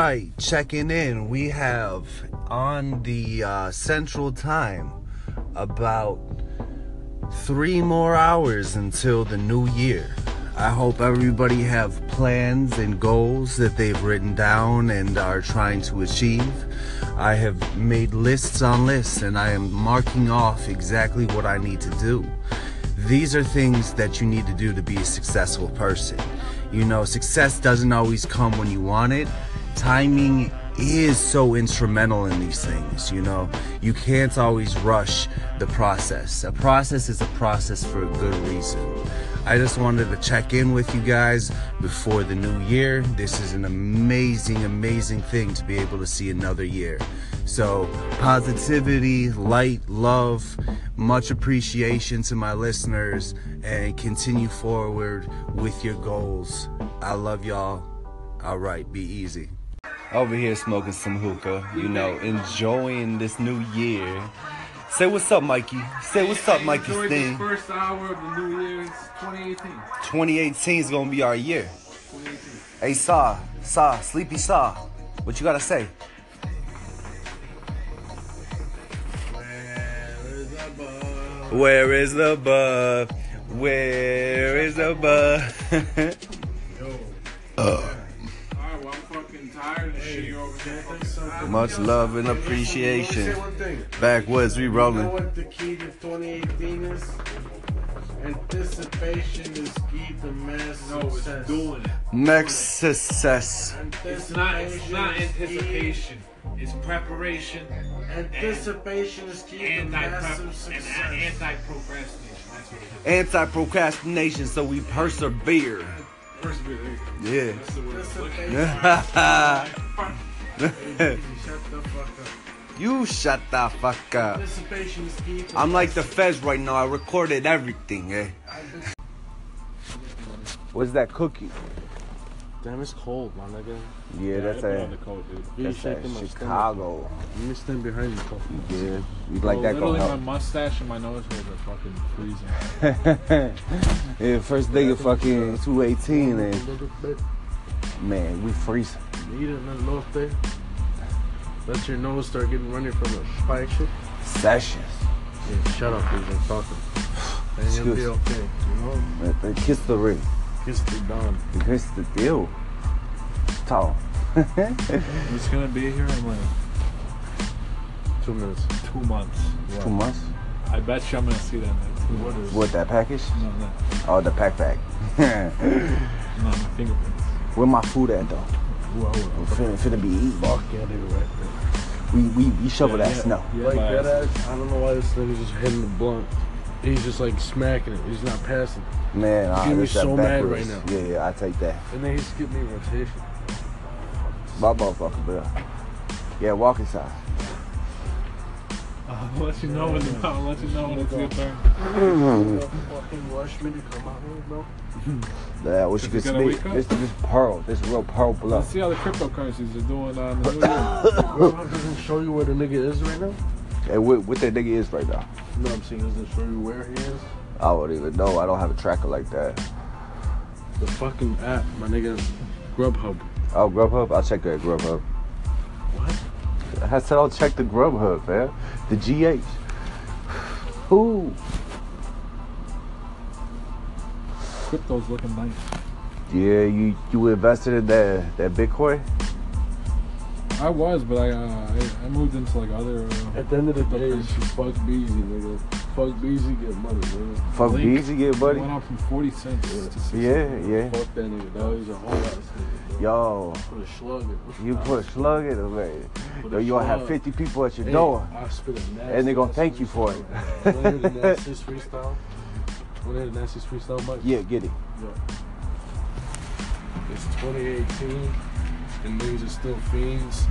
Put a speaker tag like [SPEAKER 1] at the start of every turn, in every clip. [SPEAKER 1] right, checking in. We have on the uh, central time about three more hours until the new year. I hope everybody have plans and goals that they've written down and are trying to achieve. I have made lists on lists and I am marking off exactly what I need to do. These are things that you need to do to be a successful person. You know, success doesn't always come when you want it. Timing is so instrumental in these things, you know. You can't always rush the process. A process is a process for a good reason. I just wanted to check in with you guys before the new year. This is an amazing, amazing thing to be able to see another year. So, positivity, light, love, much appreciation to my listeners, and continue forward with your goals. I love y'all. All right, be easy over here smoking some hookah, you know, enjoying this new year. Say what's up, Mikey. Say what's up, Mikey
[SPEAKER 2] Enjoy
[SPEAKER 1] Steen.
[SPEAKER 2] this first hour of the new year's 2018.
[SPEAKER 1] 2018 is gonna be our year.
[SPEAKER 2] 2018.
[SPEAKER 1] Hey, Saw, Saw, Sleepy Saw, what you gotta say? Where is the bub? Where is the bub?
[SPEAKER 2] Alright, well, I'm fucking tired and shit. You're over there. fucking tired.
[SPEAKER 1] Much love and
[SPEAKER 3] Let
[SPEAKER 1] appreciation.
[SPEAKER 3] me say one thing.
[SPEAKER 1] Backwoods, we
[SPEAKER 3] You know
[SPEAKER 1] rolling.
[SPEAKER 3] what the key to 2018 is? Anticipation is key to mass
[SPEAKER 2] No, it's
[SPEAKER 3] success.
[SPEAKER 2] doing it.
[SPEAKER 1] Next success.
[SPEAKER 2] It's not, it's not anticipation. It's preparation
[SPEAKER 3] Anticipation is key to
[SPEAKER 2] and anti-pro-
[SPEAKER 3] massive
[SPEAKER 2] and
[SPEAKER 3] success.
[SPEAKER 2] a- anti-procrastination. That's what it
[SPEAKER 1] Anti-procrastination, so we persevere.
[SPEAKER 2] is. Persevere. there
[SPEAKER 1] Yeah.
[SPEAKER 2] you go. That's the word. I was looking
[SPEAKER 3] Anticipation- Shut the fuck up.
[SPEAKER 1] you shut the fuck up.
[SPEAKER 3] Anticipation is key to
[SPEAKER 1] I'm like the Fez right now. I recorded everything. Eh? What's that cookie?
[SPEAKER 3] Damn, it's cold, uh, my nigga.
[SPEAKER 1] Yeah, that's a that's a Chicago.
[SPEAKER 3] Let me stand behind you, cold.
[SPEAKER 1] Yeah, you
[SPEAKER 3] Oh,
[SPEAKER 1] like that
[SPEAKER 2] Literally,
[SPEAKER 1] going
[SPEAKER 2] my
[SPEAKER 1] up?
[SPEAKER 2] mustache and my nose hairs are fucking freezing.
[SPEAKER 1] yeah, first day of fucking 218 and man, we freezing.
[SPEAKER 3] Eat it and loaf there. Let your nose start getting running from the spike.
[SPEAKER 1] Sessions.
[SPEAKER 3] Yeah, shut up, dude. I'm talking. And you'll be
[SPEAKER 1] Excuse-
[SPEAKER 3] okay. You know?
[SPEAKER 1] Man, they Kiss the ring.
[SPEAKER 3] Kiss the dawn.
[SPEAKER 1] Kiss the deal. Tall.
[SPEAKER 2] I'm just gonna be here in like
[SPEAKER 3] Two minutes.
[SPEAKER 2] two months.
[SPEAKER 1] Two months.
[SPEAKER 2] I bet you I'm gonna see that. Like, what is?
[SPEAKER 1] What that package?
[SPEAKER 2] No, no,
[SPEAKER 1] Oh, the pack pack.
[SPEAKER 2] no, my fingerprints.
[SPEAKER 1] Where my food at though?
[SPEAKER 2] Whoa,
[SPEAKER 1] I'm finna, finna be eating.
[SPEAKER 3] Fuck yeah, dude, right there.
[SPEAKER 1] We we, we shovel that
[SPEAKER 2] yeah.
[SPEAKER 1] snow.
[SPEAKER 2] Yeah,
[SPEAKER 3] Like
[SPEAKER 2] my
[SPEAKER 3] that
[SPEAKER 2] ass.
[SPEAKER 3] ass, I don't know why this nigga's just hitting the blunt. He's just like smacking it. He's not passing.
[SPEAKER 1] Man, ah,
[SPEAKER 3] Getting me
[SPEAKER 1] this that
[SPEAKER 3] so mad
[SPEAKER 1] backwards.
[SPEAKER 3] right
[SPEAKER 1] Yeah, yeah, I take that.
[SPEAKER 3] And then he's giving me rotation.
[SPEAKER 1] My motherfucker, bro. Yeah, walk inside.
[SPEAKER 2] I'll let you know when the, I'll let you know when it's your turn.
[SPEAKER 3] You know, fucking rush me to come out here, bro.
[SPEAKER 1] Yeah, what you
[SPEAKER 2] Is
[SPEAKER 1] can
[SPEAKER 2] it gonna
[SPEAKER 1] speak.
[SPEAKER 2] wake up?
[SPEAKER 1] This this pearl, this real pearl
[SPEAKER 2] Let's
[SPEAKER 1] bluff.
[SPEAKER 2] see how the cryptocurrencies are doing on the new year.
[SPEAKER 3] Bro, it doesn't show you where the nigga is right now.
[SPEAKER 1] And what, what that nigga is right now?
[SPEAKER 3] No, I'm saying it doesn't show you where he is.
[SPEAKER 1] I don't even know. I don't have a tracker like that.
[SPEAKER 3] The fucking app, my nigga. Grubhub.
[SPEAKER 1] Oh, Grubhub. I'll check that Grubhub.
[SPEAKER 3] What?
[SPEAKER 1] I said I'll check the Grubhub, man. The GH. Ooh.
[SPEAKER 2] Crypto's looking nice.
[SPEAKER 1] Yeah, you you invested in that that Bitcoin.
[SPEAKER 2] I was, but I uh, I, I moved into like other. Uh,
[SPEAKER 3] At the end of the day, it's just fuck Beezy, nigga. Fuck Beezy, get money, nigga.
[SPEAKER 1] Fuck
[SPEAKER 2] Link.
[SPEAKER 1] Beezy, yeah, buddy.
[SPEAKER 2] Went up from forty cents to sixty.
[SPEAKER 1] Yeah, yeah.
[SPEAKER 3] Fuck that nigga, dog. He's a whole ass nigga. Yo.
[SPEAKER 1] Yo,
[SPEAKER 3] Put a slug in.
[SPEAKER 1] you put a slug in the way.
[SPEAKER 3] Put
[SPEAKER 1] Yo,
[SPEAKER 3] a
[SPEAKER 1] you gonna have
[SPEAKER 3] slug.
[SPEAKER 1] 50 people at your
[SPEAKER 3] Hey,
[SPEAKER 1] door.
[SPEAKER 3] I spit a nasty
[SPEAKER 1] And they gonna
[SPEAKER 3] ass
[SPEAKER 1] thank you for it.
[SPEAKER 3] freestyle. Wanna hear the nastiest freestyle? Wanna hear the nastiest freestyle, Mike?
[SPEAKER 1] Yeah, get it.
[SPEAKER 3] Yo. It's 2018, and niggas are still fiends.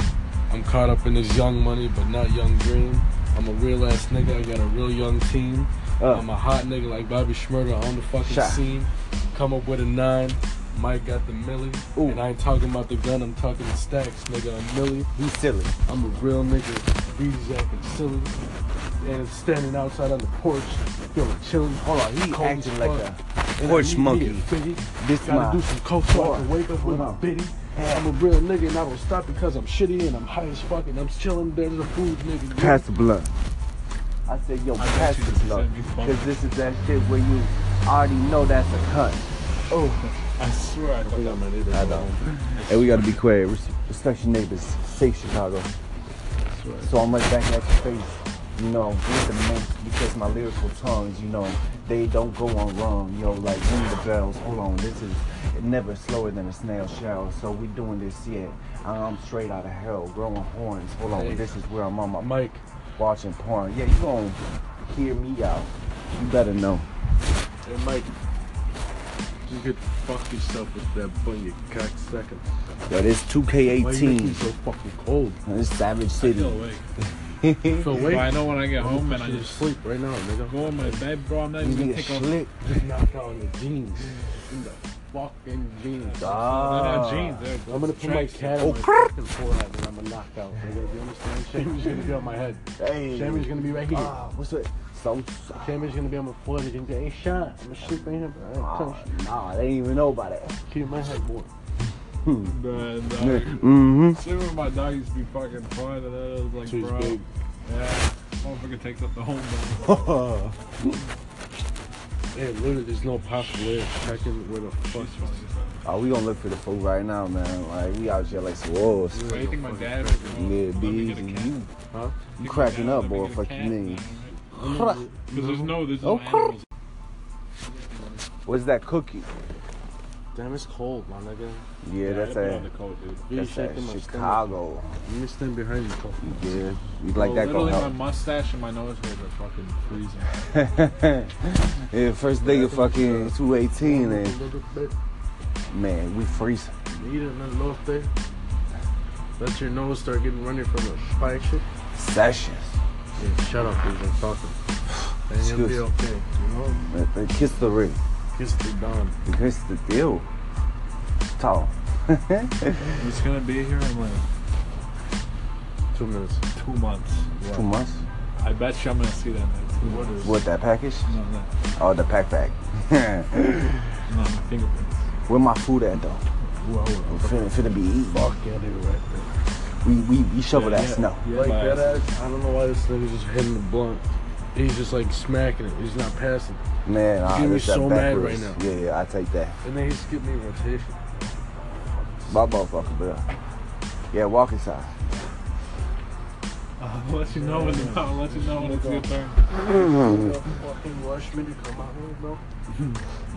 [SPEAKER 3] I'm caught up in this young money, but not young green. I'm a real ass nigga, I got a real young team.
[SPEAKER 1] Uh,
[SPEAKER 3] I'm a hot nigga like Bobby Schmurder on the fucking
[SPEAKER 1] Shot.
[SPEAKER 3] scene. Come up with a nine. Mike got the milli.
[SPEAKER 1] Ooh.
[SPEAKER 3] And I ain't talking about the gun, I'm talking the stacks, nigga. I'm milli.
[SPEAKER 1] he's silly.
[SPEAKER 3] I'm a real nigga. Beezy acting silly. And standing outside on the porch, feeling chilling.
[SPEAKER 1] Hold on, he
[SPEAKER 3] Cold
[SPEAKER 1] acting
[SPEAKER 3] as
[SPEAKER 1] like
[SPEAKER 3] fuck.
[SPEAKER 1] a
[SPEAKER 3] And I
[SPEAKER 1] porch
[SPEAKER 3] need me
[SPEAKER 1] monkey.
[SPEAKER 3] a fitty.
[SPEAKER 1] This
[SPEAKER 3] Gotta
[SPEAKER 1] my
[SPEAKER 3] do some coke so I
[SPEAKER 1] floor.
[SPEAKER 3] can wake up
[SPEAKER 1] Hold
[SPEAKER 3] with a
[SPEAKER 1] on.
[SPEAKER 3] bitty. I'm a real nigga and I don't stop because I'm shitty and I'm high as fuck and I'm chilling. There's a food nigga.
[SPEAKER 1] Pass the blunt. I said, yo,
[SPEAKER 2] I
[SPEAKER 1] pass
[SPEAKER 2] bet you
[SPEAKER 1] the blunt.
[SPEAKER 2] said you fucked.
[SPEAKER 1] Because this is that shit where you already know that's a cut.
[SPEAKER 2] Oh, I swear I thought that meant it.
[SPEAKER 1] I know. And we gotta be quiet. Res- Respect your neighbors. Safe Chicago. So I'm right back at your face. You know, with the most because my lyrical tongues, you know, they don't go on wrong. Yo, like ring the bells. Hold on, this is never slower than a snail shell. So we doing this yet. I'm straight out of hell, growing horns. Hold on,
[SPEAKER 3] Hey.
[SPEAKER 1] this is where I'm on my
[SPEAKER 3] Mike,
[SPEAKER 1] watching porn. Yeah, you gonna hear me out. You better know.
[SPEAKER 3] hey Mike, you could fuck yourself with that bun, you cocksucker.
[SPEAKER 1] Yo, this
[SPEAKER 3] Why you make me
[SPEAKER 1] 2K18.
[SPEAKER 3] so fucking cold?
[SPEAKER 1] This Savage
[SPEAKER 2] I
[SPEAKER 1] City.
[SPEAKER 2] feel awake.
[SPEAKER 3] So
[SPEAKER 2] But
[SPEAKER 3] wait,
[SPEAKER 2] I know when I get home and I
[SPEAKER 3] you
[SPEAKER 2] just
[SPEAKER 3] sleep right now, nigga.
[SPEAKER 2] go in my bed, bro, I'm not
[SPEAKER 1] You
[SPEAKER 2] even gonna
[SPEAKER 1] niggas
[SPEAKER 2] take off.
[SPEAKER 1] slick.
[SPEAKER 3] Just knock on the jeans. In the fucking jeans.
[SPEAKER 1] Ah.
[SPEAKER 2] jeans. They're
[SPEAKER 3] I'm gonna put my
[SPEAKER 2] Tracks.
[SPEAKER 3] cat
[SPEAKER 1] Oh,
[SPEAKER 3] on my fucking forehead and I'm gonna knock out. Nigga. You understand? Shammy's gonna be on my head.
[SPEAKER 1] Hey.
[SPEAKER 3] Shammy's gonna be right here.
[SPEAKER 1] Ah, what's it? So,
[SPEAKER 3] Shammy's gonna be on my forehead. He's gonna be, hey, Sean, I'm gonna sleep right here. bro. I ain't
[SPEAKER 1] nah,
[SPEAKER 3] touching
[SPEAKER 1] ah, nah, they didn't even know about that.
[SPEAKER 3] you. Keep my head warm.
[SPEAKER 2] Bro, dog.
[SPEAKER 1] Mm-hmm.
[SPEAKER 2] Sleeping with my dog used to be fucking fun, and then I was like,
[SPEAKER 3] So he's
[SPEAKER 2] bro,
[SPEAKER 3] big.
[SPEAKER 2] yeah, motherfucker takes up the whole bed.
[SPEAKER 3] Yeah, literally, there's no possible way of checking where the fuck.
[SPEAKER 2] She's funny.
[SPEAKER 1] Oh, we gonna look for the food right now, man. Like we out here like some wolves.
[SPEAKER 2] Bro, you think my dad was
[SPEAKER 1] Yeah,
[SPEAKER 2] wrong? Let
[SPEAKER 1] be
[SPEAKER 2] me get
[SPEAKER 1] easy.
[SPEAKER 2] a cat.
[SPEAKER 1] You,
[SPEAKER 3] Huh?
[SPEAKER 1] you cracking up, boy? Fuck you, mean.
[SPEAKER 2] Because there's no, there's no
[SPEAKER 1] Okay.
[SPEAKER 2] animals.
[SPEAKER 1] What's that cookie?
[SPEAKER 3] Damn, it's cold, my nigga.
[SPEAKER 1] Yeah, that's
[SPEAKER 2] that.
[SPEAKER 1] a
[SPEAKER 2] coat, dude.
[SPEAKER 3] You're
[SPEAKER 1] that's
[SPEAKER 3] shaking
[SPEAKER 1] that
[SPEAKER 3] my stomach.
[SPEAKER 1] Chicago.
[SPEAKER 3] You just stand behind me. Cole.
[SPEAKER 1] Yeah, you like
[SPEAKER 2] Bro,
[SPEAKER 1] that
[SPEAKER 2] Literally,
[SPEAKER 1] going
[SPEAKER 2] my
[SPEAKER 1] up?
[SPEAKER 2] mustache and my nose hairs are fucking freezing.
[SPEAKER 1] Yeah, first nigga fucking 218 and
[SPEAKER 3] Little bit.
[SPEAKER 1] man, we freezing.
[SPEAKER 3] Eat it and then lost there. Let your nose start getting running from the spike shit.
[SPEAKER 1] Sessions.
[SPEAKER 3] Yeah, shut up, dude. I'm talking. And you'll be
[SPEAKER 1] Excuse-
[SPEAKER 3] okay. You know?
[SPEAKER 1] Uh, uh, Kiss the ring.
[SPEAKER 3] Kiss the dawn.
[SPEAKER 1] Kiss the deal. Talk.
[SPEAKER 2] I'm just gonna be here in like
[SPEAKER 3] Two minutes.
[SPEAKER 2] two months.
[SPEAKER 1] Two months.
[SPEAKER 2] I bet you I'm gonna see that. Like, what is?
[SPEAKER 1] What that package?
[SPEAKER 2] No, no,
[SPEAKER 1] Oh, the pack pack.
[SPEAKER 2] no, my fingerprints.
[SPEAKER 1] Where my food at though?
[SPEAKER 3] Whoa,
[SPEAKER 1] I'm finna, finna be eating.
[SPEAKER 3] fuck yeah, they were right there.
[SPEAKER 1] We we we shovel
[SPEAKER 2] Yeah,
[SPEAKER 1] that
[SPEAKER 2] yeah.
[SPEAKER 1] snow.
[SPEAKER 2] Yeah,
[SPEAKER 3] like
[SPEAKER 2] my
[SPEAKER 3] that
[SPEAKER 2] ass.
[SPEAKER 3] ass. I don't know why this nigga's just hitting the blunt. He's just like smacking it. He's not passing.
[SPEAKER 1] Man, ah,
[SPEAKER 3] getting me
[SPEAKER 1] that's that
[SPEAKER 3] so mad
[SPEAKER 1] backwards.
[SPEAKER 3] right
[SPEAKER 1] Yeah, yeah, I take that.
[SPEAKER 3] And then he skipped me rotation.
[SPEAKER 1] My motherfucker, bro. Yeah, walk inside.
[SPEAKER 2] I'll let you know when. The, I'll let you know when it's your turn.
[SPEAKER 3] Yo, fucking rush me to come out here, bro.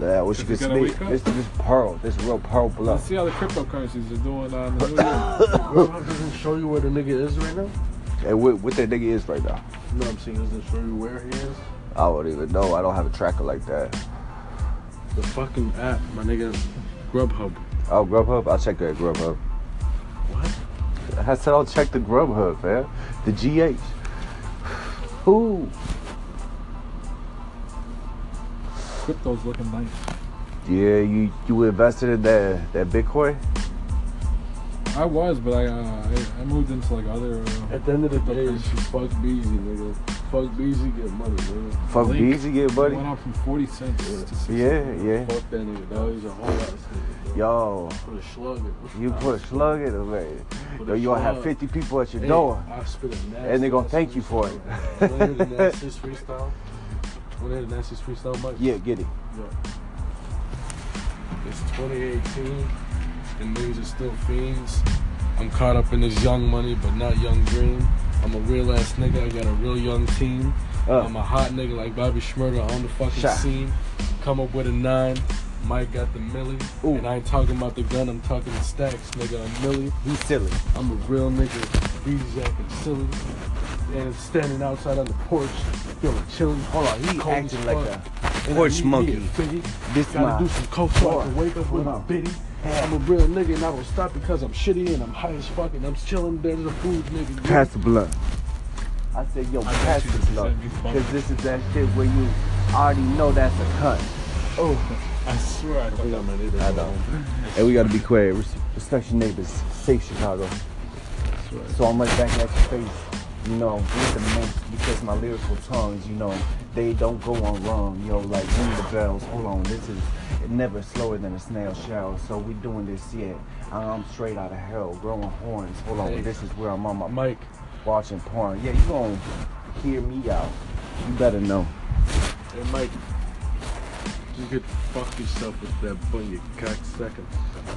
[SPEAKER 1] Yeah, I wish you
[SPEAKER 2] Is
[SPEAKER 1] could
[SPEAKER 2] it gonna
[SPEAKER 1] speak.
[SPEAKER 2] wake up?
[SPEAKER 1] This this pearl, this real pearl blood.
[SPEAKER 2] Let's see how the cryptocurrencies are doing on the new year.
[SPEAKER 3] Grandma doesn't show you where the nigga is right now?
[SPEAKER 1] Hey, what, what that nigga is right now?
[SPEAKER 3] No, I'm saying he doesn't show you where he is.
[SPEAKER 1] I don't even know. I don't have a tracker like that.
[SPEAKER 3] The fucking app, my nigga. Grubhub.
[SPEAKER 1] Oh, Grubhub. I'll check that Grubhub.
[SPEAKER 3] What?
[SPEAKER 1] I said I'll check the Grubhub, man. The GH. Who?
[SPEAKER 2] Crypto's looking nice.
[SPEAKER 1] Yeah, you you invested in that that Bitcoin.
[SPEAKER 2] I was, but I uh, I, I moved into like other. Uh,
[SPEAKER 3] At the end of the day, it's just fuck Beezy, nigga. Fuck Beezy, get money, nigga.
[SPEAKER 1] Fuck
[SPEAKER 2] Link.
[SPEAKER 1] Beezy, yeah,
[SPEAKER 2] it
[SPEAKER 1] buddy.
[SPEAKER 2] went up from 40 cents to 60.
[SPEAKER 1] Yeah, yeah.
[SPEAKER 3] Fuck that nigga, dog. He's a whole ass nigga. Yo.
[SPEAKER 1] Yo,
[SPEAKER 3] Put a slug in.
[SPEAKER 1] you put a slug in it, man.
[SPEAKER 3] Put
[SPEAKER 1] Yo,
[SPEAKER 3] a
[SPEAKER 1] you gonna have
[SPEAKER 3] slug.
[SPEAKER 1] 50 people at your
[SPEAKER 3] Hey,
[SPEAKER 1] door.
[SPEAKER 3] I spit a nasty
[SPEAKER 1] And they gonna
[SPEAKER 3] ass
[SPEAKER 1] thank you for it.
[SPEAKER 3] freestyle. Wanna hear the nastiest freestyle? Wanna hear the nastiest freestyle, Mike?
[SPEAKER 1] Yeah, get it.
[SPEAKER 3] It's 2018, and niggas are still fiends. I'm caught up in this young money, but not young green. I'm a real ass nigga. I got a real young team.
[SPEAKER 1] Uh.
[SPEAKER 3] I'm a hot nigga like Bobby Schmurder on the fucking
[SPEAKER 1] Shot.
[SPEAKER 3] scene. Come up with a nine. Mike got the millie,
[SPEAKER 1] Ooh.
[SPEAKER 3] and I ain't talking about the gun. I'm talking the stacks, nigga. I'm millie.
[SPEAKER 1] He's silly.
[SPEAKER 3] I'm a real nigga. Bees acting silly, and standing outside on the porch, feeling chilling.
[SPEAKER 1] Hold on, he
[SPEAKER 3] Cold as
[SPEAKER 1] acting like
[SPEAKER 3] fuck.
[SPEAKER 1] a
[SPEAKER 3] And I
[SPEAKER 1] porch
[SPEAKER 3] need
[SPEAKER 1] monkey.
[SPEAKER 3] me a fitty.
[SPEAKER 1] This
[SPEAKER 3] Gotta do
[SPEAKER 1] my
[SPEAKER 3] some coke so I can
[SPEAKER 1] Four.
[SPEAKER 3] wake up with
[SPEAKER 1] Hold
[SPEAKER 3] a
[SPEAKER 1] on.
[SPEAKER 3] bitty. I'm a real nigga and I don't stop because I'm shitty and I'm high as fuck and I'm chilling. There's a food nigga.
[SPEAKER 1] pass the blunt. I said, yo,
[SPEAKER 2] I
[SPEAKER 1] pass
[SPEAKER 2] bet you
[SPEAKER 1] the
[SPEAKER 2] this
[SPEAKER 1] blunt,
[SPEAKER 2] is gonna be fun.
[SPEAKER 1] because this is that shit where you already know that's a cut.
[SPEAKER 2] I swear I thought that meant it.
[SPEAKER 1] I know. And we gotta be quiet. Res- Respect your neighbors. Safe Chicago. So I'm right back at your face. You know, with the most because my lyrical tongues, you know, they don't go on wrong. Yo, like ring the bells. Hold on, this is never slower than a snail shell. So we doing this yet. I'm straight out of hell, growing horns. Hold on,
[SPEAKER 3] Hey.
[SPEAKER 1] this is where I'm on my
[SPEAKER 3] Mike,
[SPEAKER 1] watching porn. Yeah, you gonna hear me out. You better know.
[SPEAKER 3] hey Mike, you could fuck yourself with that bun, you cocksucker.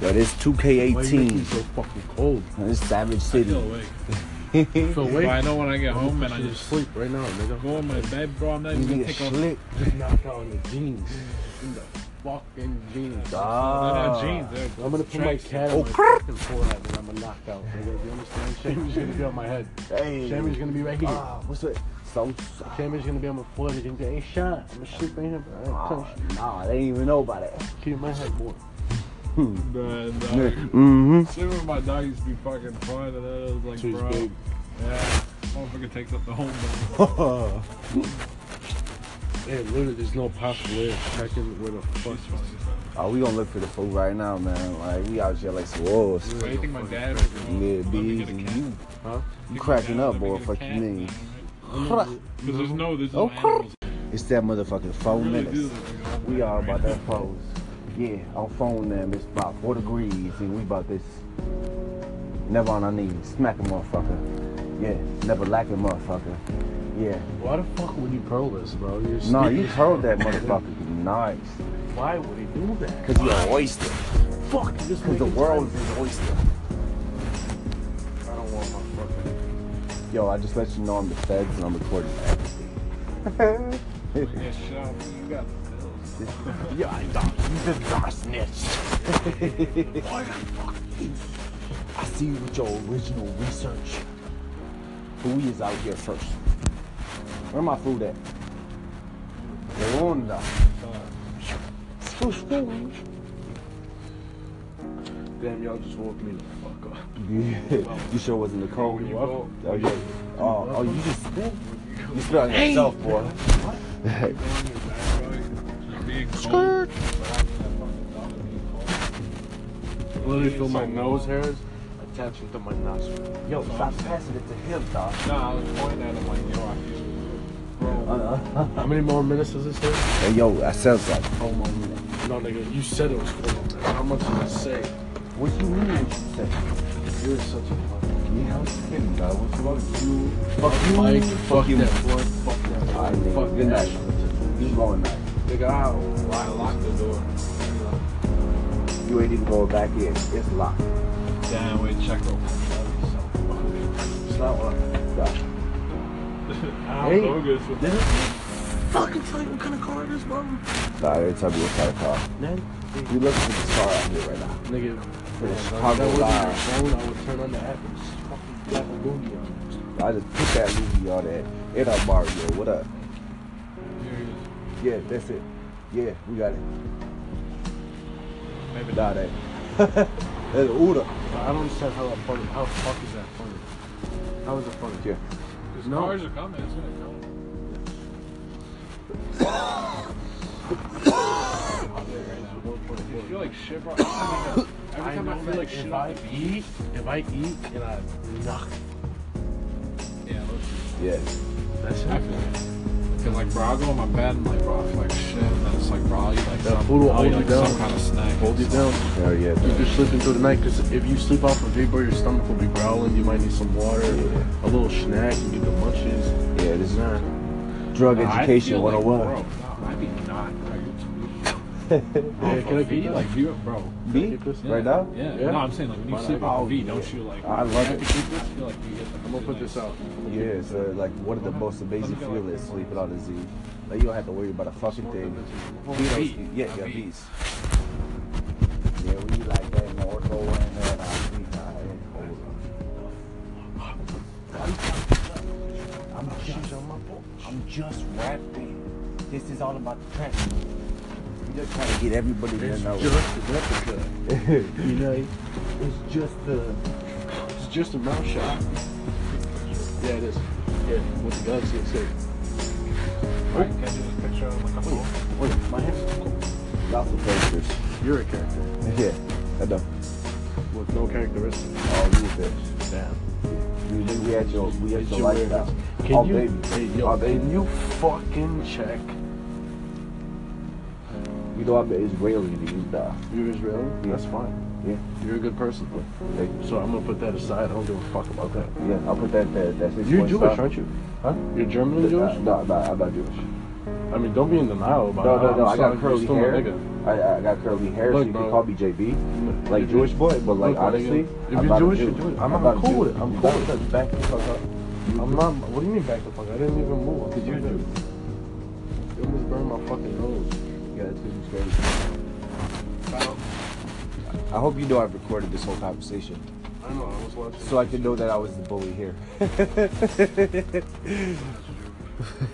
[SPEAKER 1] Yo, this
[SPEAKER 3] Why you make me
[SPEAKER 1] 2K18.
[SPEAKER 3] so fucking cold?
[SPEAKER 1] This Savage
[SPEAKER 2] I
[SPEAKER 1] City.
[SPEAKER 2] feel awake.
[SPEAKER 3] You feel
[SPEAKER 2] But I
[SPEAKER 3] awake?
[SPEAKER 2] know when I get home and I
[SPEAKER 3] You
[SPEAKER 2] just
[SPEAKER 3] sleep right now, nigga.
[SPEAKER 2] go in my bed, bro. I'm not
[SPEAKER 1] You
[SPEAKER 2] even gonna
[SPEAKER 1] get
[SPEAKER 2] take off.
[SPEAKER 1] slick.
[SPEAKER 3] knock out in the jeans. In the fucking jeans.
[SPEAKER 2] They're
[SPEAKER 1] Ah.
[SPEAKER 2] not jeans. They're
[SPEAKER 3] I'm gonna put my
[SPEAKER 2] tracks.
[SPEAKER 3] cat on my fucking forehead and I'm gonna knock out. Nigga. You understand? Shammy's gonna be on my head.
[SPEAKER 1] Hey.
[SPEAKER 3] Shammy's gonna be right here.
[SPEAKER 1] Ah, what's that? So
[SPEAKER 3] Shammy's gonna be on my forehead. He's gonna be, hey, Sean, I'm gonna sleep right here. All right,
[SPEAKER 1] ah,
[SPEAKER 3] touch.
[SPEAKER 1] Nah, they didn't even know about that.
[SPEAKER 3] Keep my head more.
[SPEAKER 2] Bruh, dog.
[SPEAKER 1] Mm-hmm.
[SPEAKER 2] Shit with my dog used to be fucking fun, and then it was like, bro, yeah, motherfucker takes up the whole bed.
[SPEAKER 1] Oh,
[SPEAKER 3] Yeah, literally, there's no possible way of checking where the fuck.
[SPEAKER 1] Oh, we gonna look for the food right now, man. Like we out here like some wolves.
[SPEAKER 2] But you think my dad was going
[SPEAKER 1] Yeah,
[SPEAKER 2] let
[SPEAKER 1] be
[SPEAKER 2] me get a
[SPEAKER 1] easy.
[SPEAKER 2] cat?
[SPEAKER 1] You,
[SPEAKER 3] Huh?
[SPEAKER 1] you cracking up, boy? Fuck you, mean?
[SPEAKER 2] Because there's no, there's no
[SPEAKER 3] Oh,
[SPEAKER 1] Okay.
[SPEAKER 2] animals.
[SPEAKER 1] It's that motherfucking four
[SPEAKER 2] It really
[SPEAKER 1] minutes.
[SPEAKER 2] do look like a whole
[SPEAKER 1] We
[SPEAKER 2] bed
[SPEAKER 1] are
[SPEAKER 2] right
[SPEAKER 1] about
[SPEAKER 2] now.
[SPEAKER 1] that pose. Yeah, our phone them it's about four degrees, and we about this. Never on our knees, smacking motherfucker. Yeah, never lacking motherfucker. Yeah,
[SPEAKER 3] Why the fuck would you curl this, bro? You're
[SPEAKER 1] no,
[SPEAKER 3] sleeping.
[SPEAKER 1] you told that motherfucker nice,
[SPEAKER 3] Why would he do that?
[SPEAKER 1] cause you're an oyster,
[SPEAKER 3] Fuck, this
[SPEAKER 1] cause the world is an oyster.
[SPEAKER 3] I don't want my fucking.
[SPEAKER 1] Yo, I just let you know I'm the feds and I'm recording everything.
[SPEAKER 2] Yeah, shut up. You got the bills.
[SPEAKER 1] Yeah, I thought you just got snitched. Why the fuck? I see you with your original research. But we is out here first. Where my food at? Rwanda.
[SPEAKER 3] Damn, y'all just woke me the fuck up.
[SPEAKER 1] you sure wasn't the cold?
[SPEAKER 3] When you go,
[SPEAKER 1] Oh, yeah. Oh, oh, you just spit? You spit on yourself, boy.
[SPEAKER 2] Skirt.
[SPEAKER 3] literally feel my nose hairs attaching to my nostril.
[SPEAKER 1] Yo, stop passing it to him, dog.
[SPEAKER 2] Nah, I was pointing at him like, yo, I feel Bro,
[SPEAKER 1] Uh-uh.
[SPEAKER 3] How many more minutes does this take?
[SPEAKER 1] Hey, yo, that sounds like
[SPEAKER 3] Oh,
[SPEAKER 1] four more minutes.
[SPEAKER 3] No, nigga, you said it was four more minutes. How much did I say?
[SPEAKER 1] What you mean what you say?
[SPEAKER 3] You're such a fucking.
[SPEAKER 1] Yeah, I was kidding, dog. What's wrong with you?
[SPEAKER 3] Fuck
[SPEAKER 1] you.
[SPEAKER 3] Mike,
[SPEAKER 1] Fuck
[SPEAKER 3] fuck
[SPEAKER 1] you.
[SPEAKER 3] that blood, fuck that
[SPEAKER 1] All right,
[SPEAKER 3] blood,
[SPEAKER 1] nigga.
[SPEAKER 3] fuck
[SPEAKER 1] Good
[SPEAKER 3] that.
[SPEAKER 1] night. You going now.
[SPEAKER 3] Nigga, I,
[SPEAKER 2] I locked the door.
[SPEAKER 1] You ain't even going back in. It's locked.
[SPEAKER 2] Damn, wait, check over.
[SPEAKER 3] it's not what
[SPEAKER 1] Dog.
[SPEAKER 2] How
[SPEAKER 3] Hey.
[SPEAKER 2] bogus was
[SPEAKER 3] Did it? Fucking tell you what kind of car it is, bro.
[SPEAKER 1] Dog, every time you look at a car.
[SPEAKER 3] Man,
[SPEAKER 1] You look at this car out here right now.
[SPEAKER 3] nigga,
[SPEAKER 1] For the
[SPEAKER 3] if
[SPEAKER 1] Chicago
[SPEAKER 3] that
[SPEAKER 1] Live.
[SPEAKER 3] wasn't your phone, I would turn on the app and just fucking slap a boogie on
[SPEAKER 1] I just put that movie on that. It up Mario. What up? Yeah, that's it. Yeah, we got it.
[SPEAKER 2] Maybe
[SPEAKER 1] Nah, that. that's Uda.
[SPEAKER 3] it. I don't understand how that funny. How the fuck is that funny? How is it funny?
[SPEAKER 1] Yeah.
[SPEAKER 2] Because
[SPEAKER 3] No.
[SPEAKER 2] cars are coming. It's gonna come. I feel like shit, bro. Every
[SPEAKER 3] I
[SPEAKER 2] time
[SPEAKER 3] know
[SPEAKER 2] I, feel
[SPEAKER 3] that
[SPEAKER 2] like
[SPEAKER 3] if
[SPEAKER 2] shit,
[SPEAKER 3] I
[SPEAKER 2] I
[SPEAKER 3] eat, if I eat and I knock,
[SPEAKER 2] yeah, let's
[SPEAKER 1] Yeah.
[SPEAKER 3] that's
[SPEAKER 2] I
[SPEAKER 3] it.
[SPEAKER 2] feel Cause like bro, I go on my bed and like bro, I feel like shit, and then it's like bro, I'll eat like
[SPEAKER 3] That
[SPEAKER 2] some,
[SPEAKER 3] food will
[SPEAKER 2] I'll eat,
[SPEAKER 3] hold
[SPEAKER 2] like some
[SPEAKER 3] you down.
[SPEAKER 2] kind of snack.
[SPEAKER 3] Hold you down.
[SPEAKER 1] Hell yeah,
[SPEAKER 3] You
[SPEAKER 1] dog.
[SPEAKER 3] just sleeping through the night because if you sleep off of vapor, your stomach will be growling. You might need some water, a little snack, you get the munchies.
[SPEAKER 1] Yeah, this is
[SPEAKER 3] Nah.
[SPEAKER 1] Drug
[SPEAKER 2] Nah, I
[SPEAKER 1] Education
[SPEAKER 2] feel like,
[SPEAKER 1] 101.
[SPEAKER 2] Bro, nah, I be not. Bro,
[SPEAKER 3] Yeah, can I
[SPEAKER 2] be
[SPEAKER 3] get
[SPEAKER 2] like
[SPEAKER 3] like?
[SPEAKER 2] you, bro.
[SPEAKER 1] Me?
[SPEAKER 2] Yeah.
[SPEAKER 1] Right now?
[SPEAKER 2] Yeah.
[SPEAKER 3] Yeah.
[SPEAKER 2] No, I'm saying like when you
[SPEAKER 1] Why
[SPEAKER 2] sleep
[SPEAKER 1] not?
[SPEAKER 2] off a V,
[SPEAKER 1] Oh,
[SPEAKER 2] don't
[SPEAKER 1] yeah.
[SPEAKER 2] you like?
[SPEAKER 1] I love
[SPEAKER 2] you have
[SPEAKER 1] it.
[SPEAKER 2] to keep this, I feel like you get. Like,
[SPEAKER 3] I'm gonna put this out.
[SPEAKER 1] Yeah, it's uh, like one of the most amazing feelings is sleeping on the Z. Like you don't have to worry about a fucking thing. You know,
[SPEAKER 2] Beat.
[SPEAKER 1] yeah, yeah,
[SPEAKER 2] Beat.
[SPEAKER 1] beats. Yeah, we like that Norco and that. I think, uh, I'm just, I'm just rapping. This is all about the track. We just trying to get everybody to
[SPEAKER 3] It's
[SPEAKER 1] know.
[SPEAKER 3] just a replica.
[SPEAKER 1] you know, it's just the.
[SPEAKER 3] It's just a mouth shot. Yeah, it is. Yeah, with the guns, it's safe.
[SPEAKER 2] Right, can I do this picture of like a hole?
[SPEAKER 3] Wait, my hands.
[SPEAKER 1] Lots of characters.
[SPEAKER 3] You're a character
[SPEAKER 1] Yeah, I know.
[SPEAKER 3] with no characteristics.
[SPEAKER 1] Oh, you a bitch.
[SPEAKER 3] Damn.
[SPEAKER 1] You, you
[SPEAKER 4] we had your we had your
[SPEAKER 3] Your
[SPEAKER 4] lifestyle.
[SPEAKER 3] babies.
[SPEAKER 4] Our
[SPEAKER 3] Can you,
[SPEAKER 4] babies.
[SPEAKER 3] hey, yo,
[SPEAKER 4] Our
[SPEAKER 3] can
[SPEAKER 4] babies.
[SPEAKER 3] you fucking check?
[SPEAKER 4] You know I'm Israeli to use that.
[SPEAKER 3] You're Israeli? That's fine.
[SPEAKER 4] Yeah.
[SPEAKER 3] You're a good person.
[SPEAKER 4] Thank
[SPEAKER 3] So I'm gonna put that aside. I don't give a fuck about that.
[SPEAKER 4] Yeah, I'll put that that that's
[SPEAKER 3] You're Jewish, aren't you?
[SPEAKER 4] Huh?
[SPEAKER 3] You're German and Jewish?
[SPEAKER 4] No, no, I'm not Jewish.
[SPEAKER 3] I mean, don't be in denial about
[SPEAKER 4] No,
[SPEAKER 3] it.
[SPEAKER 4] no, no.
[SPEAKER 3] I'm
[SPEAKER 4] I got
[SPEAKER 3] sorry,
[SPEAKER 4] curly
[SPEAKER 3] you're still my
[SPEAKER 4] hair.
[SPEAKER 3] nigga.
[SPEAKER 4] I, I got curly hair,
[SPEAKER 3] Look,
[SPEAKER 4] so you
[SPEAKER 3] bro.
[SPEAKER 4] can call me JB, like
[SPEAKER 3] If you-
[SPEAKER 4] Jewish boy. But like
[SPEAKER 3] Look, my
[SPEAKER 4] honestly,
[SPEAKER 3] nigga,
[SPEAKER 4] I'm
[SPEAKER 3] if
[SPEAKER 4] not
[SPEAKER 3] you're
[SPEAKER 4] a
[SPEAKER 3] Jewish,
[SPEAKER 4] Jew.
[SPEAKER 3] you're Jewish. I'm,
[SPEAKER 4] not a
[SPEAKER 3] I'm cool
[SPEAKER 4] Jew.
[SPEAKER 3] with it. I'm
[SPEAKER 4] You
[SPEAKER 3] cool
[SPEAKER 4] don't
[SPEAKER 3] with it.
[SPEAKER 4] touch Back the fuck up.
[SPEAKER 3] I'm not. What do you mean back the fuck? I didn't even move. Did
[SPEAKER 2] you do?
[SPEAKER 3] You almost burned my fucking nose.
[SPEAKER 4] Yeah, this is crazy. I hope you know I've recorded this whole conversation.
[SPEAKER 3] I know. I was watching.
[SPEAKER 4] so I could know that I was the bully here.
[SPEAKER 3] I feel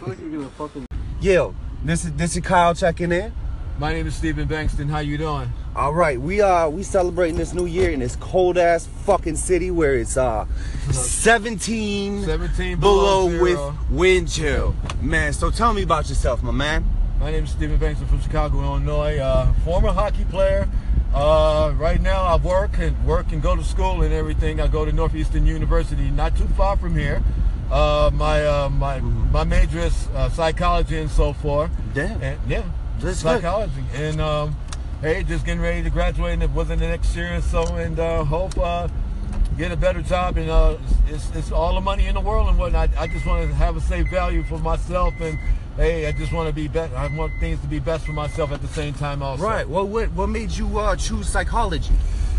[SPEAKER 3] like you're gonna fucking.
[SPEAKER 1] Yo, this is this is Kyle checking in.
[SPEAKER 5] My name is Stephen Bankston. How you doing?
[SPEAKER 1] All right, we are we celebrating this new year in this cold ass fucking city where it's uh 17
[SPEAKER 5] 17
[SPEAKER 1] below,
[SPEAKER 5] below
[SPEAKER 1] with
[SPEAKER 5] zero.
[SPEAKER 1] wind chill. Man, so tell me about yourself, my man.
[SPEAKER 5] My name is Stephen Bankston from Chicago, Illinois. Uh, former hockey player. Uh, right now, I work and work and go to school and everything. I go to Northeastern University, not too far from here. Uh, my uh, my my major is uh, psychology and so forth.
[SPEAKER 1] Mm-hmm. Damn.
[SPEAKER 5] And, yeah.
[SPEAKER 1] That's good.
[SPEAKER 5] psychology. And um, hey, just getting ready to graduate and it wasn't the next year or so, and uh, hope uh, get a better job. And uh, it's, it's all the money in the world and whatnot. I just want to have a safe value for myself, and hey, I just want to be best. I want things to be best for myself at the same time also.
[SPEAKER 1] Right. Well, what what made you uh, choose psychology?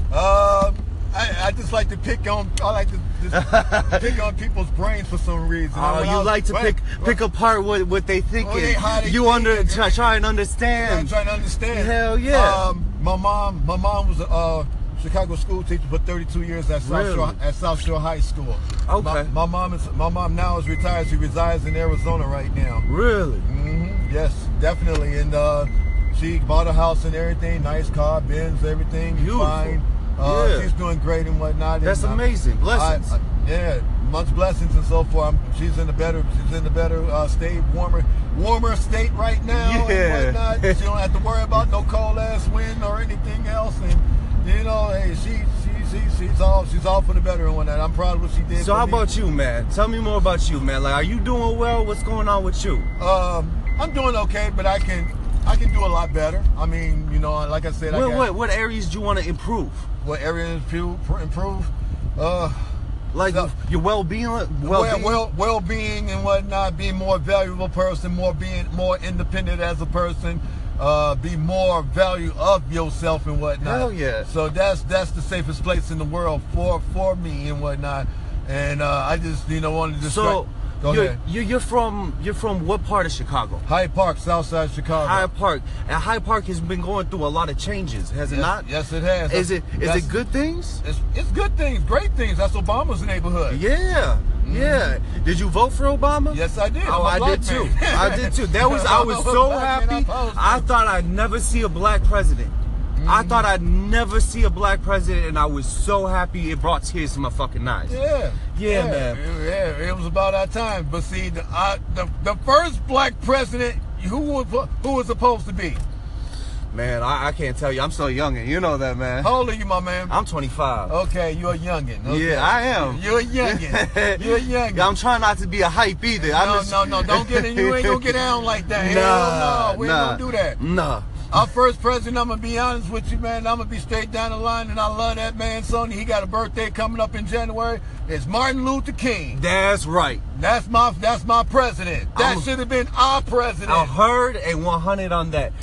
[SPEAKER 5] Um, I, I just like to pick on. I like to just pick on people's brains for some reason.
[SPEAKER 1] Oh,
[SPEAKER 5] When I
[SPEAKER 1] you
[SPEAKER 5] was-
[SPEAKER 1] like to
[SPEAKER 5] when-
[SPEAKER 1] pick pick apart what what they think.
[SPEAKER 5] Oh, they how they
[SPEAKER 1] you
[SPEAKER 5] think
[SPEAKER 1] under
[SPEAKER 5] and
[SPEAKER 1] try, try and
[SPEAKER 5] I'm
[SPEAKER 1] understand.
[SPEAKER 5] trying to understand.
[SPEAKER 1] Hell yeah.
[SPEAKER 5] Um, my mom, my mom was a uh, Chicago school teacher for 32 years at South
[SPEAKER 1] Really?
[SPEAKER 5] Shore at South Shore High School.
[SPEAKER 1] Okay.
[SPEAKER 5] My, my mom is my mom now is retired. She resides in Arizona right now.
[SPEAKER 1] Really? Mm-hmm.
[SPEAKER 5] hmm Yes, definitely. And uh, she bought a house and everything, nice car, Benz, everything.
[SPEAKER 1] Beautiful.
[SPEAKER 5] Fine. Uh,
[SPEAKER 1] Yeah.
[SPEAKER 5] She's doing great and whatnot.
[SPEAKER 1] That's
[SPEAKER 5] and uh, I'm-
[SPEAKER 1] amazing. Blessings.
[SPEAKER 5] I- I- yeah, much blessings and so forth. I'm, she's in the better, she's in the better uh, state, warmer, warmer state right now
[SPEAKER 1] Yeah.
[SPEAKER 5] and whatnot. she don't have to worry about no cold ass wind or anything else. And you know, hey, she, she, she, she's all, she's all for the better and whatnot. I'm proud of what she did.
[SPEAKER 1] so
[SPEAKER 5] for
[SPEAKER 1] how
[SPEAKER 5] me.
[SPEAKER 1] about you, man? Tell me more about you, man. Like, are you doing well? What's going on with you?
[SPEAKER 5] Um, I'm doing okay, but I can I can do a lot better. I mean, you know, like I said, I
[SPEAKER 1] What
[SPEAKER 5] got,
[SPEAKER 1] what what areas do you want to improve?
[SPEAKER 5] what areas to improve? Uh,
[SPEAKER 1] Like
[SPEAKER 5] So-
[SPEAKER 1] your well-being,
[SPEAKER 5] well,
[SPEAKER 1] well-being.
[SPEAKER 5] well, well, being and whatnot. Be more valuable person, more being more independent as a person. Uh, be more value of yourself and whatnot.
[SPEAKER 1] Hell yeah.
[SPEAKER 5] So that's that's the safest place in the world for for me and whatnot. And uh, I just you know wanted to just
[SPEAKER 1] so
[SPEAKER 5] go
[SPEAKER 1] you're,
[SPEAKER 5] ahead.
[SPEAKER 1] you're you're from you're from what part of Chicago?
[SPEAKER 5] Hyde Park, Southside Chicago.
[SPEAKER 1] Hyde Park. And Hyde Park has been going through a lot of changes, has it
[SPEAKER 5] Yes-
[SPEAKER 1] not?
[SPEAKER 5] Yes, it has.
[SPEAKER 1] Is it is
[SPEAKER 5] That's-
[SPEAKER 1] it good things?
[SPEAKER 5] It's, it's good things, great things. That's Obama's neighborhood.
[SPEAKER 1] Yeah, yeah. Did you vote for Obama?
[SPEAKER 5] Mm-hmm. Yes, I did.
[SPEAKER 1] Oh,
[SPEAKER 5] I'm a
[SPEAKER 1] I
[SPEAKER 5] black
[SPEAKER 1] did too.
[SPEAKER 5] man.
[SPEAKER 1] I did too. That was I was
[SPEAKER 5] I'm a
[SPEAKER 1] so
[SPEAKER 5] black man, I
[SPEAKER 1] happy.
[SPEAKER 5] posed.
[SPEAKER 1] I thought I'd never see a black president. I
[SPEAKER 5] Mm-hmm.
[SPEAKER 1] thought I'd never see a black president, and I was so happy it brought tears to my fucking eyes.
[SPEAKER 5] Yeah.
[SPEAKER 1] Yeah, man.
[SPEAKER 5] Yeah, it was about our time. But see, the, I, the, the first black president who was, who was supposed to be.
[SPEAKER 1] Man, I, I can't tell you. I'm so young, and you know that, man.
[SPEAKER 5] How old are you, my man?
[SPEAKER 1] I'm 25.
[SPEAKER 5] Okay, you're a youngin. Oh. Okay.
[SPEAKER 1] Yeah, I am.
[SPEAKER 5] You're a youngin. You're a youngin.
[SPEAKER 1] I'm trying not to be a hype either. I'm
[SPEAKER 5] no,
[SPEAKER 1] just-
[SPEAKER 5] no, no, don't get in. You ain't gonna get down like that. Hell no, we
[SPEAKER 1] nah,
[SPEAKER 5] ain't gonna do that.
[SPEAKER 1] Nah.
[SPEAKER 5] Our first president, I'm gonna be honest with you, man. I'm gonna be straight down the line, and I love that man, Sonny. He got a birthday coming up in January. It's Martin Luther King.
[SPEAKER 1] That's right.
[SPEAKER 5] That's my that's my president. That
[SPEAKER 1] I'm-
[SPEAKER 5] should have been our president.
[SPEAKER 1] I heard and 100 on that.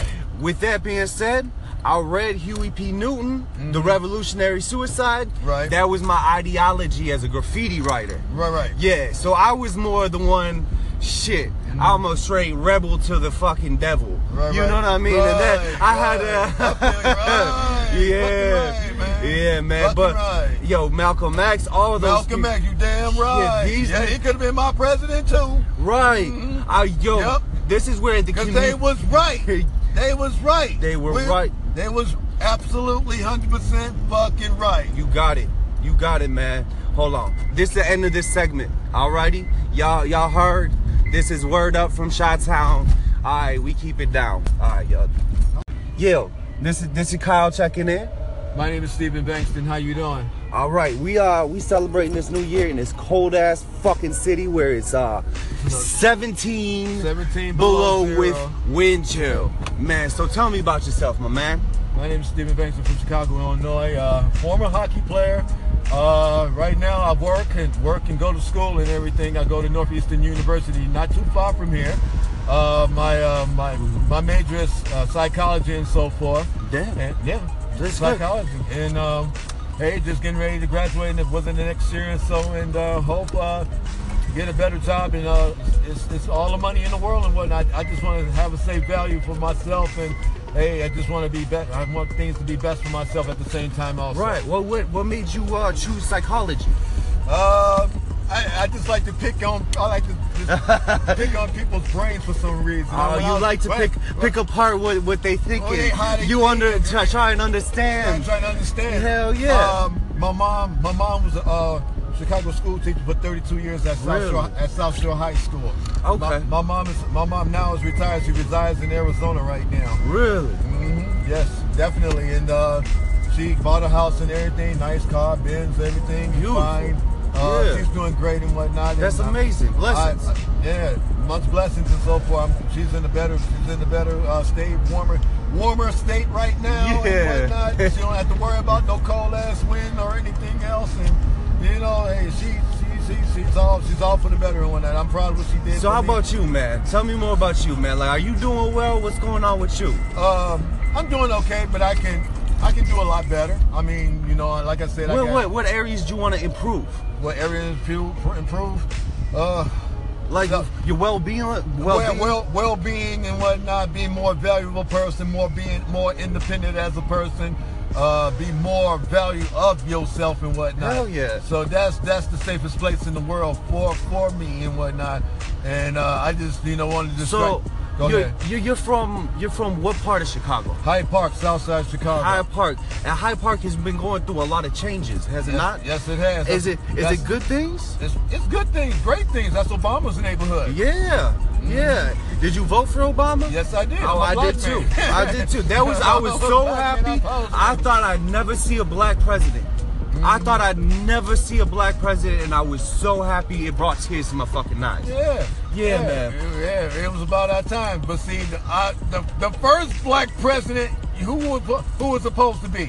[SPEAKER 1] With that being said, I read Huey P. Newton, The Revolutionary Suicide.
[SPEAKER 5] Mm-hmm. Right.
[SPEAKER 1] That was my ideology as a graffiti writer.
[SPEAKER 5] right, right.
[SPEAKER 1] Yeah, so I was more the one, shit, I'm a straight rebel to the fucking devil.
[SPEAKER 5] Mm-hmm. Right,
[SPEAKER 1] you
[SPEAKER 5] right.
[SPEAKER 1] know what I mean? and that,
[SPEAKER 5] Right,
[SPEAKER 1] I had
[SPEAKER 5] right.
[SPEAKER 1] a.
[SPEAKER 5] I feel you. Right. Fucking
[SPEAKER 1] yeah.
[SPEAKER 5] right, man.
[SPEAKER 1] Yeah, man.
[SPEAKER 5] Fucking
[SPEAKER 1] but,
[SPEAKER 5] right.
[SPEAKER 1] yo, Malcolm X, all of those.
[SPEAKER 5] Malcolm
[SPEAKER 1] people-
[SPEAKER 5] X, you damn right.
[SPEAKER 1] these-
[SPEAKER 5] yeah, he could have been my president too.
[SPEAKER 1] Right. I, yo,
[SPEAKER 5] Yep.
[SPEAKER 1] this is where the
[SPEAKER 5] Mm-hmm. Cause they
[SPEAKER 1] commu-
[SPEAKER 5] was right. They was right.
[SPEAKER 1] They were right.
[SPEAKER 5] They was absolutely hundred percent fucking right.
[SPEAKER 1] You got it. You got it, man. Hold on. This the end of this segment. Alrighty? Y'all y'all heard. This is word up from Chi Town. Alright, we keep it down. Alright, y'all. Yo, this is this is Kyle checking in.
[SPEAKER 5] My name is Stephen Bankston. How you doing?
[SPEAKER 1] All right, we uh we celebrating this new year in this cold ass fucking city where it's uh 17,
[SPEAKER 5] 17
[SPEAKER 1] below,
[SPEAKER 5] below
[SPEAKER 1] with
[SPEAKER 5] zero.
[SPEAKER 1] wind chill. Man, so tell me about yourself, my man.
[SPEAKER 5] My name is Stephen Banks. I'm from Chicago, Illinois. Uh, former hockey player. Uh, right now, I work and work and go to school and everything. I go to Northeastern University, not too far from here. Uh, my uh, my my major is uh, psychology and so forth.
[SPEAKER 1] Damn.
[SPEAKER 5] And, yeah,
[SPEAKER 1] That's good.
[SPEAKER 5] psychology. And um, hey, just getting ready to graduate and within the next year or so, and uh, hope uh, get a better job. And uh, it's, it's all the money in the world and whatnot. I just want to have a safe value for myself, and hey, I just want to be best. I want things to be best for myself at the same time also.
[SPEAKER 1] Right. Well, what what made you uh choose psychology?
[SPEAKER 5] Uh, I, I just like to pick on. I like to just pick on people's brains for some reason.
[SPEAKER 1] Oh,
[SPEAKER 5] When I
[SPEAKER 1] you
[SPEAKER 5] was-
[SPEAKER 1] like to
[SPEAKER 5] right,
[SPEAKER 1] pick pick apart what what they thinking.
[SPEAKER 5] Oh, they how they
[SPEAKER 1] you
[SPEAKER 5] think
[SPEAKER 1] under
[SPEAKER 5] and-
[SPEAKER 1] try, try and
[SPEAKER 5] I'm
[SPEAKER 1] understand.
[SPEAKER 5] trying to understand.
[SPEAKER 1] Hell yeah.
[SPEAKER 5] Um, my mom, my mom was a uh, Chicago school teacher for 32 years at South
[SPEAKER 1] Really?
[SPEAKER 5] Shore at South Shore High School.
[SPEAKER 1] Okay.
[SPEAKER 5] My, my mom is my mom now is retired. She resides in Arizona right now.
[SPEAKER 1] Really?
[SPEAKER 5] Mm-hmm. Yes, definitely. And uh, she bought a house and everything, nice car, Benz, everything.
[SPEAKER 1] Beautiful.
[SPEAKER 5] Fine. Uh,
[SPEAKER 1] Yeah.
[SPEAKER 5] She's doing great and whatnot.
[SPEAKER 1] That's
[SPEAKER 5] and uh, I'm-
[SPEAKER 1] amazing. Blessings.
[SPEAKER 5] I- I- yeah, much blessings and so forth. I'm- she's in the better, she's in the better uh, state, warmer, warmer state right now
[SPEAKER 1] Yeah.
[SPEAKER 5] and whatnot. she don't have to worry about no cold ass wind or anything else. And you know, hey, she, she, she she's all she's all for the better and whatnot. I'm proud of what she did.
[SPEAKER 1] So
[SPEAKER 5] for
[SPEAKER 1] how
[SPEAKER 5] me.
[SPEAKER 1] about you, man? Tell me more about you, man. Like, are you doing well? What's going on with you?
[SPEAKER 5] Um, I'm doing okay, but I can I can do a lot better. I mean, you know, like I said, I
[SPEAKER 1] What
[SPEAKER 5] got,
[SPEAKER 1] what what areas do you want to improve?
[SPEAKER 5] what areas to improve. Uh,
[SPEAKER 1] Like
[SPEAKER 5] So-
[SPEAKER 1] your well-being,
[SPEAKER 5] well,
[SPEAKER 1] well-being.
[SPEAKER 5] well, well being and whatnot, being more valuable person, more being more independent as a person, uh, be more value of yourself and whatnot.
[SPEAKER 1] Hell yeah.
[SPEAKER 5] So that's that's the safest place in the world for for me and whatnot. And uh, I just you know wanted to just
[SPEAKER 1] so
[SPEAKER 5] go
[SPEAKER 1] you're,
[SPEAKER 5] ahead.
[SPEAKER 1] you're you're from you're from what part of Chicago?
[SPEAKER 5] Hyde Park, Southside Chicago.
[SPEAKER 1] Hyde Park. And Hyde Park has been going through a lot of changes, has it
[SPEAKER 5] Yes-
[SPEAKER 1] not?
[SPEAKER 5] Yes, it has.
[SPEAKER 1] Is it is
[SPEAKER 5] That's-
[SPEAKER 1] it good things?
[SPEAKER 5] It's, it's good things, great things. That's Obama's neighborhood.
[SPEAKER 1] Yeah, yeah. Did you vote for Obama?
[SPEAKER 5] Yes, I did.
[SPEAKER 1] Oh,
[SPEAKER 5] I'm a
[SPEAKER 1] I did
[SPEAKER 5] black
[SPEAKER 1] too.
[SPEAKER 5] man.
[SPEAKER 1] I did too. That was I was
[SPEAKER 5] I'm a
[SPEAKER 1] so
[SPEAKER 5] black man,
[SPEAKER 1] happy.
[SPEAKER 5] I'm a-
[SPEAKER 1] I thought I'd never see a black president. I
[SPEAKER 5] Mm-hmm.
[SPEAKER 1] thought I'd never see a black president, and I was so happy it brought tears to my fucking eyes.
[SPEAKER 5] Yeah.
[SPEAKER 1] Yeah, man.
[SPEAKER 5] Yeah, it was about our time. But see, the, I, the, the first black president who was who was supposed to be.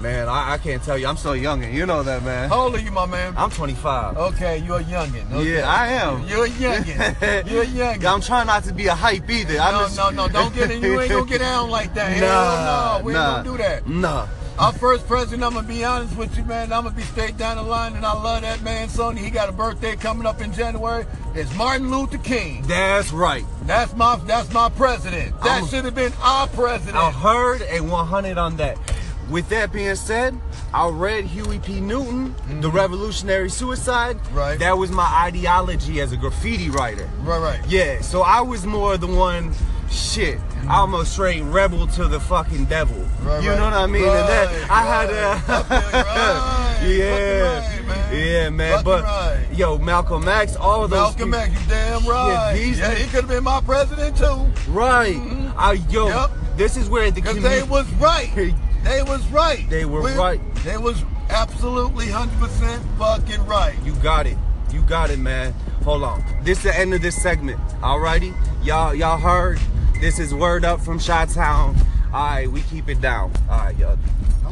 [SPEAKER 1] Man, I, I can't tell you. I'm so young, and you know that, man.
[SPEAKER 5] How old are you, my man?
[SPEAKER 1] I'm 25.
[SPEAKER 5] Okay, you're a youngin. Okay.
[SPEAKER 1] Yeah, I am.
[SPEAKER 5] You're a youngin. You're a youngin.
[SPEAKER 1] I'm trying not to be a hype either. I'm
[SPEAKER 5] no,
[SPEAKER 1] just-
[SPEAKER 5] no, no, don't get in. You ain't gonna get down like that. Hell no, we
[SPEAKER 1] nah,
[SPEAKER 5] ain't gonna do that.
[SPEAKER 1] Nah.
[SPEAKER 5] Our first president, I'm gonna be honest with you, man. I'm gonna be straight down the line, and I love that man, Sonny. He got a birthday coming up in January. It's Martin Luther King.
[SPEAKER 1] That's right.
[SPEAKER 5] That's my that's my president. That
[SPEAKER 1] I'm-
[SPEAKER 5] should have been our president.
[SPEAKER 1] I heard a 100 on that. With that being said, I read Huey P. Newton, The Revolutionary Suicide.
[SPEAKER 5] Mm-hmm. Right.
[SPEAKER 1] That was my ideology as a graffiti writer.
[SPEAKER 5] right, right.
[SPEAKER 1] Yeah, so I was more the one, shit, I'm a straight rebel to the fucking devil.
[SPEAKER 5] Mm-hmm. Right,
[SPEAKER 1] you
[SPEAKER 5] right.
[SPEAKER 1] know what I mean? and that,
[SPEAKER 5] Right,
[SPEAKER 1] I had
[SPEAKER 5] right.
[SPEAKER 1] a.
[SPEAKER 5] I feel you. Right. Fucking
[SPEAKER 1] yeah.
[SPEAKER 5] right, man.
[SPEAKER 1] Yeah, man.
[SPEAKER 5] Fucking
[SPEAKER 1] but,
[SPEAKER 5] right.
[SPEAKER 1] yo, Malcolm X, all of those.
[SPEAKER 5] Malcolm
[SPEAKER 1] peop-
[SPEAKER 5] X, you damn right. Yeah,
[SPEAKER 1] these-
[SPEAKER 5] he could have been my president too,
[SPEAKER 1] Right. I, yo,
[SPEAKER 5] Yep.
[SPEAKER 1] this is where the
[SPEAKER 5] Mm-hmm. cause they
[SPEAKER 1] commu-
[SPEAKER 5] was right. They was right.
[SPEAKER 1] They were right.
[SPEAKER 5] They was absolutely hundred percent fucking right.
[SPEAKER 1] You got it. You got it, man. Hold on. This is the end of this segment. Alrighty? Y'all y'all heard. This is word up from Chi Town. Alright, we keep it down. Alright, y'all.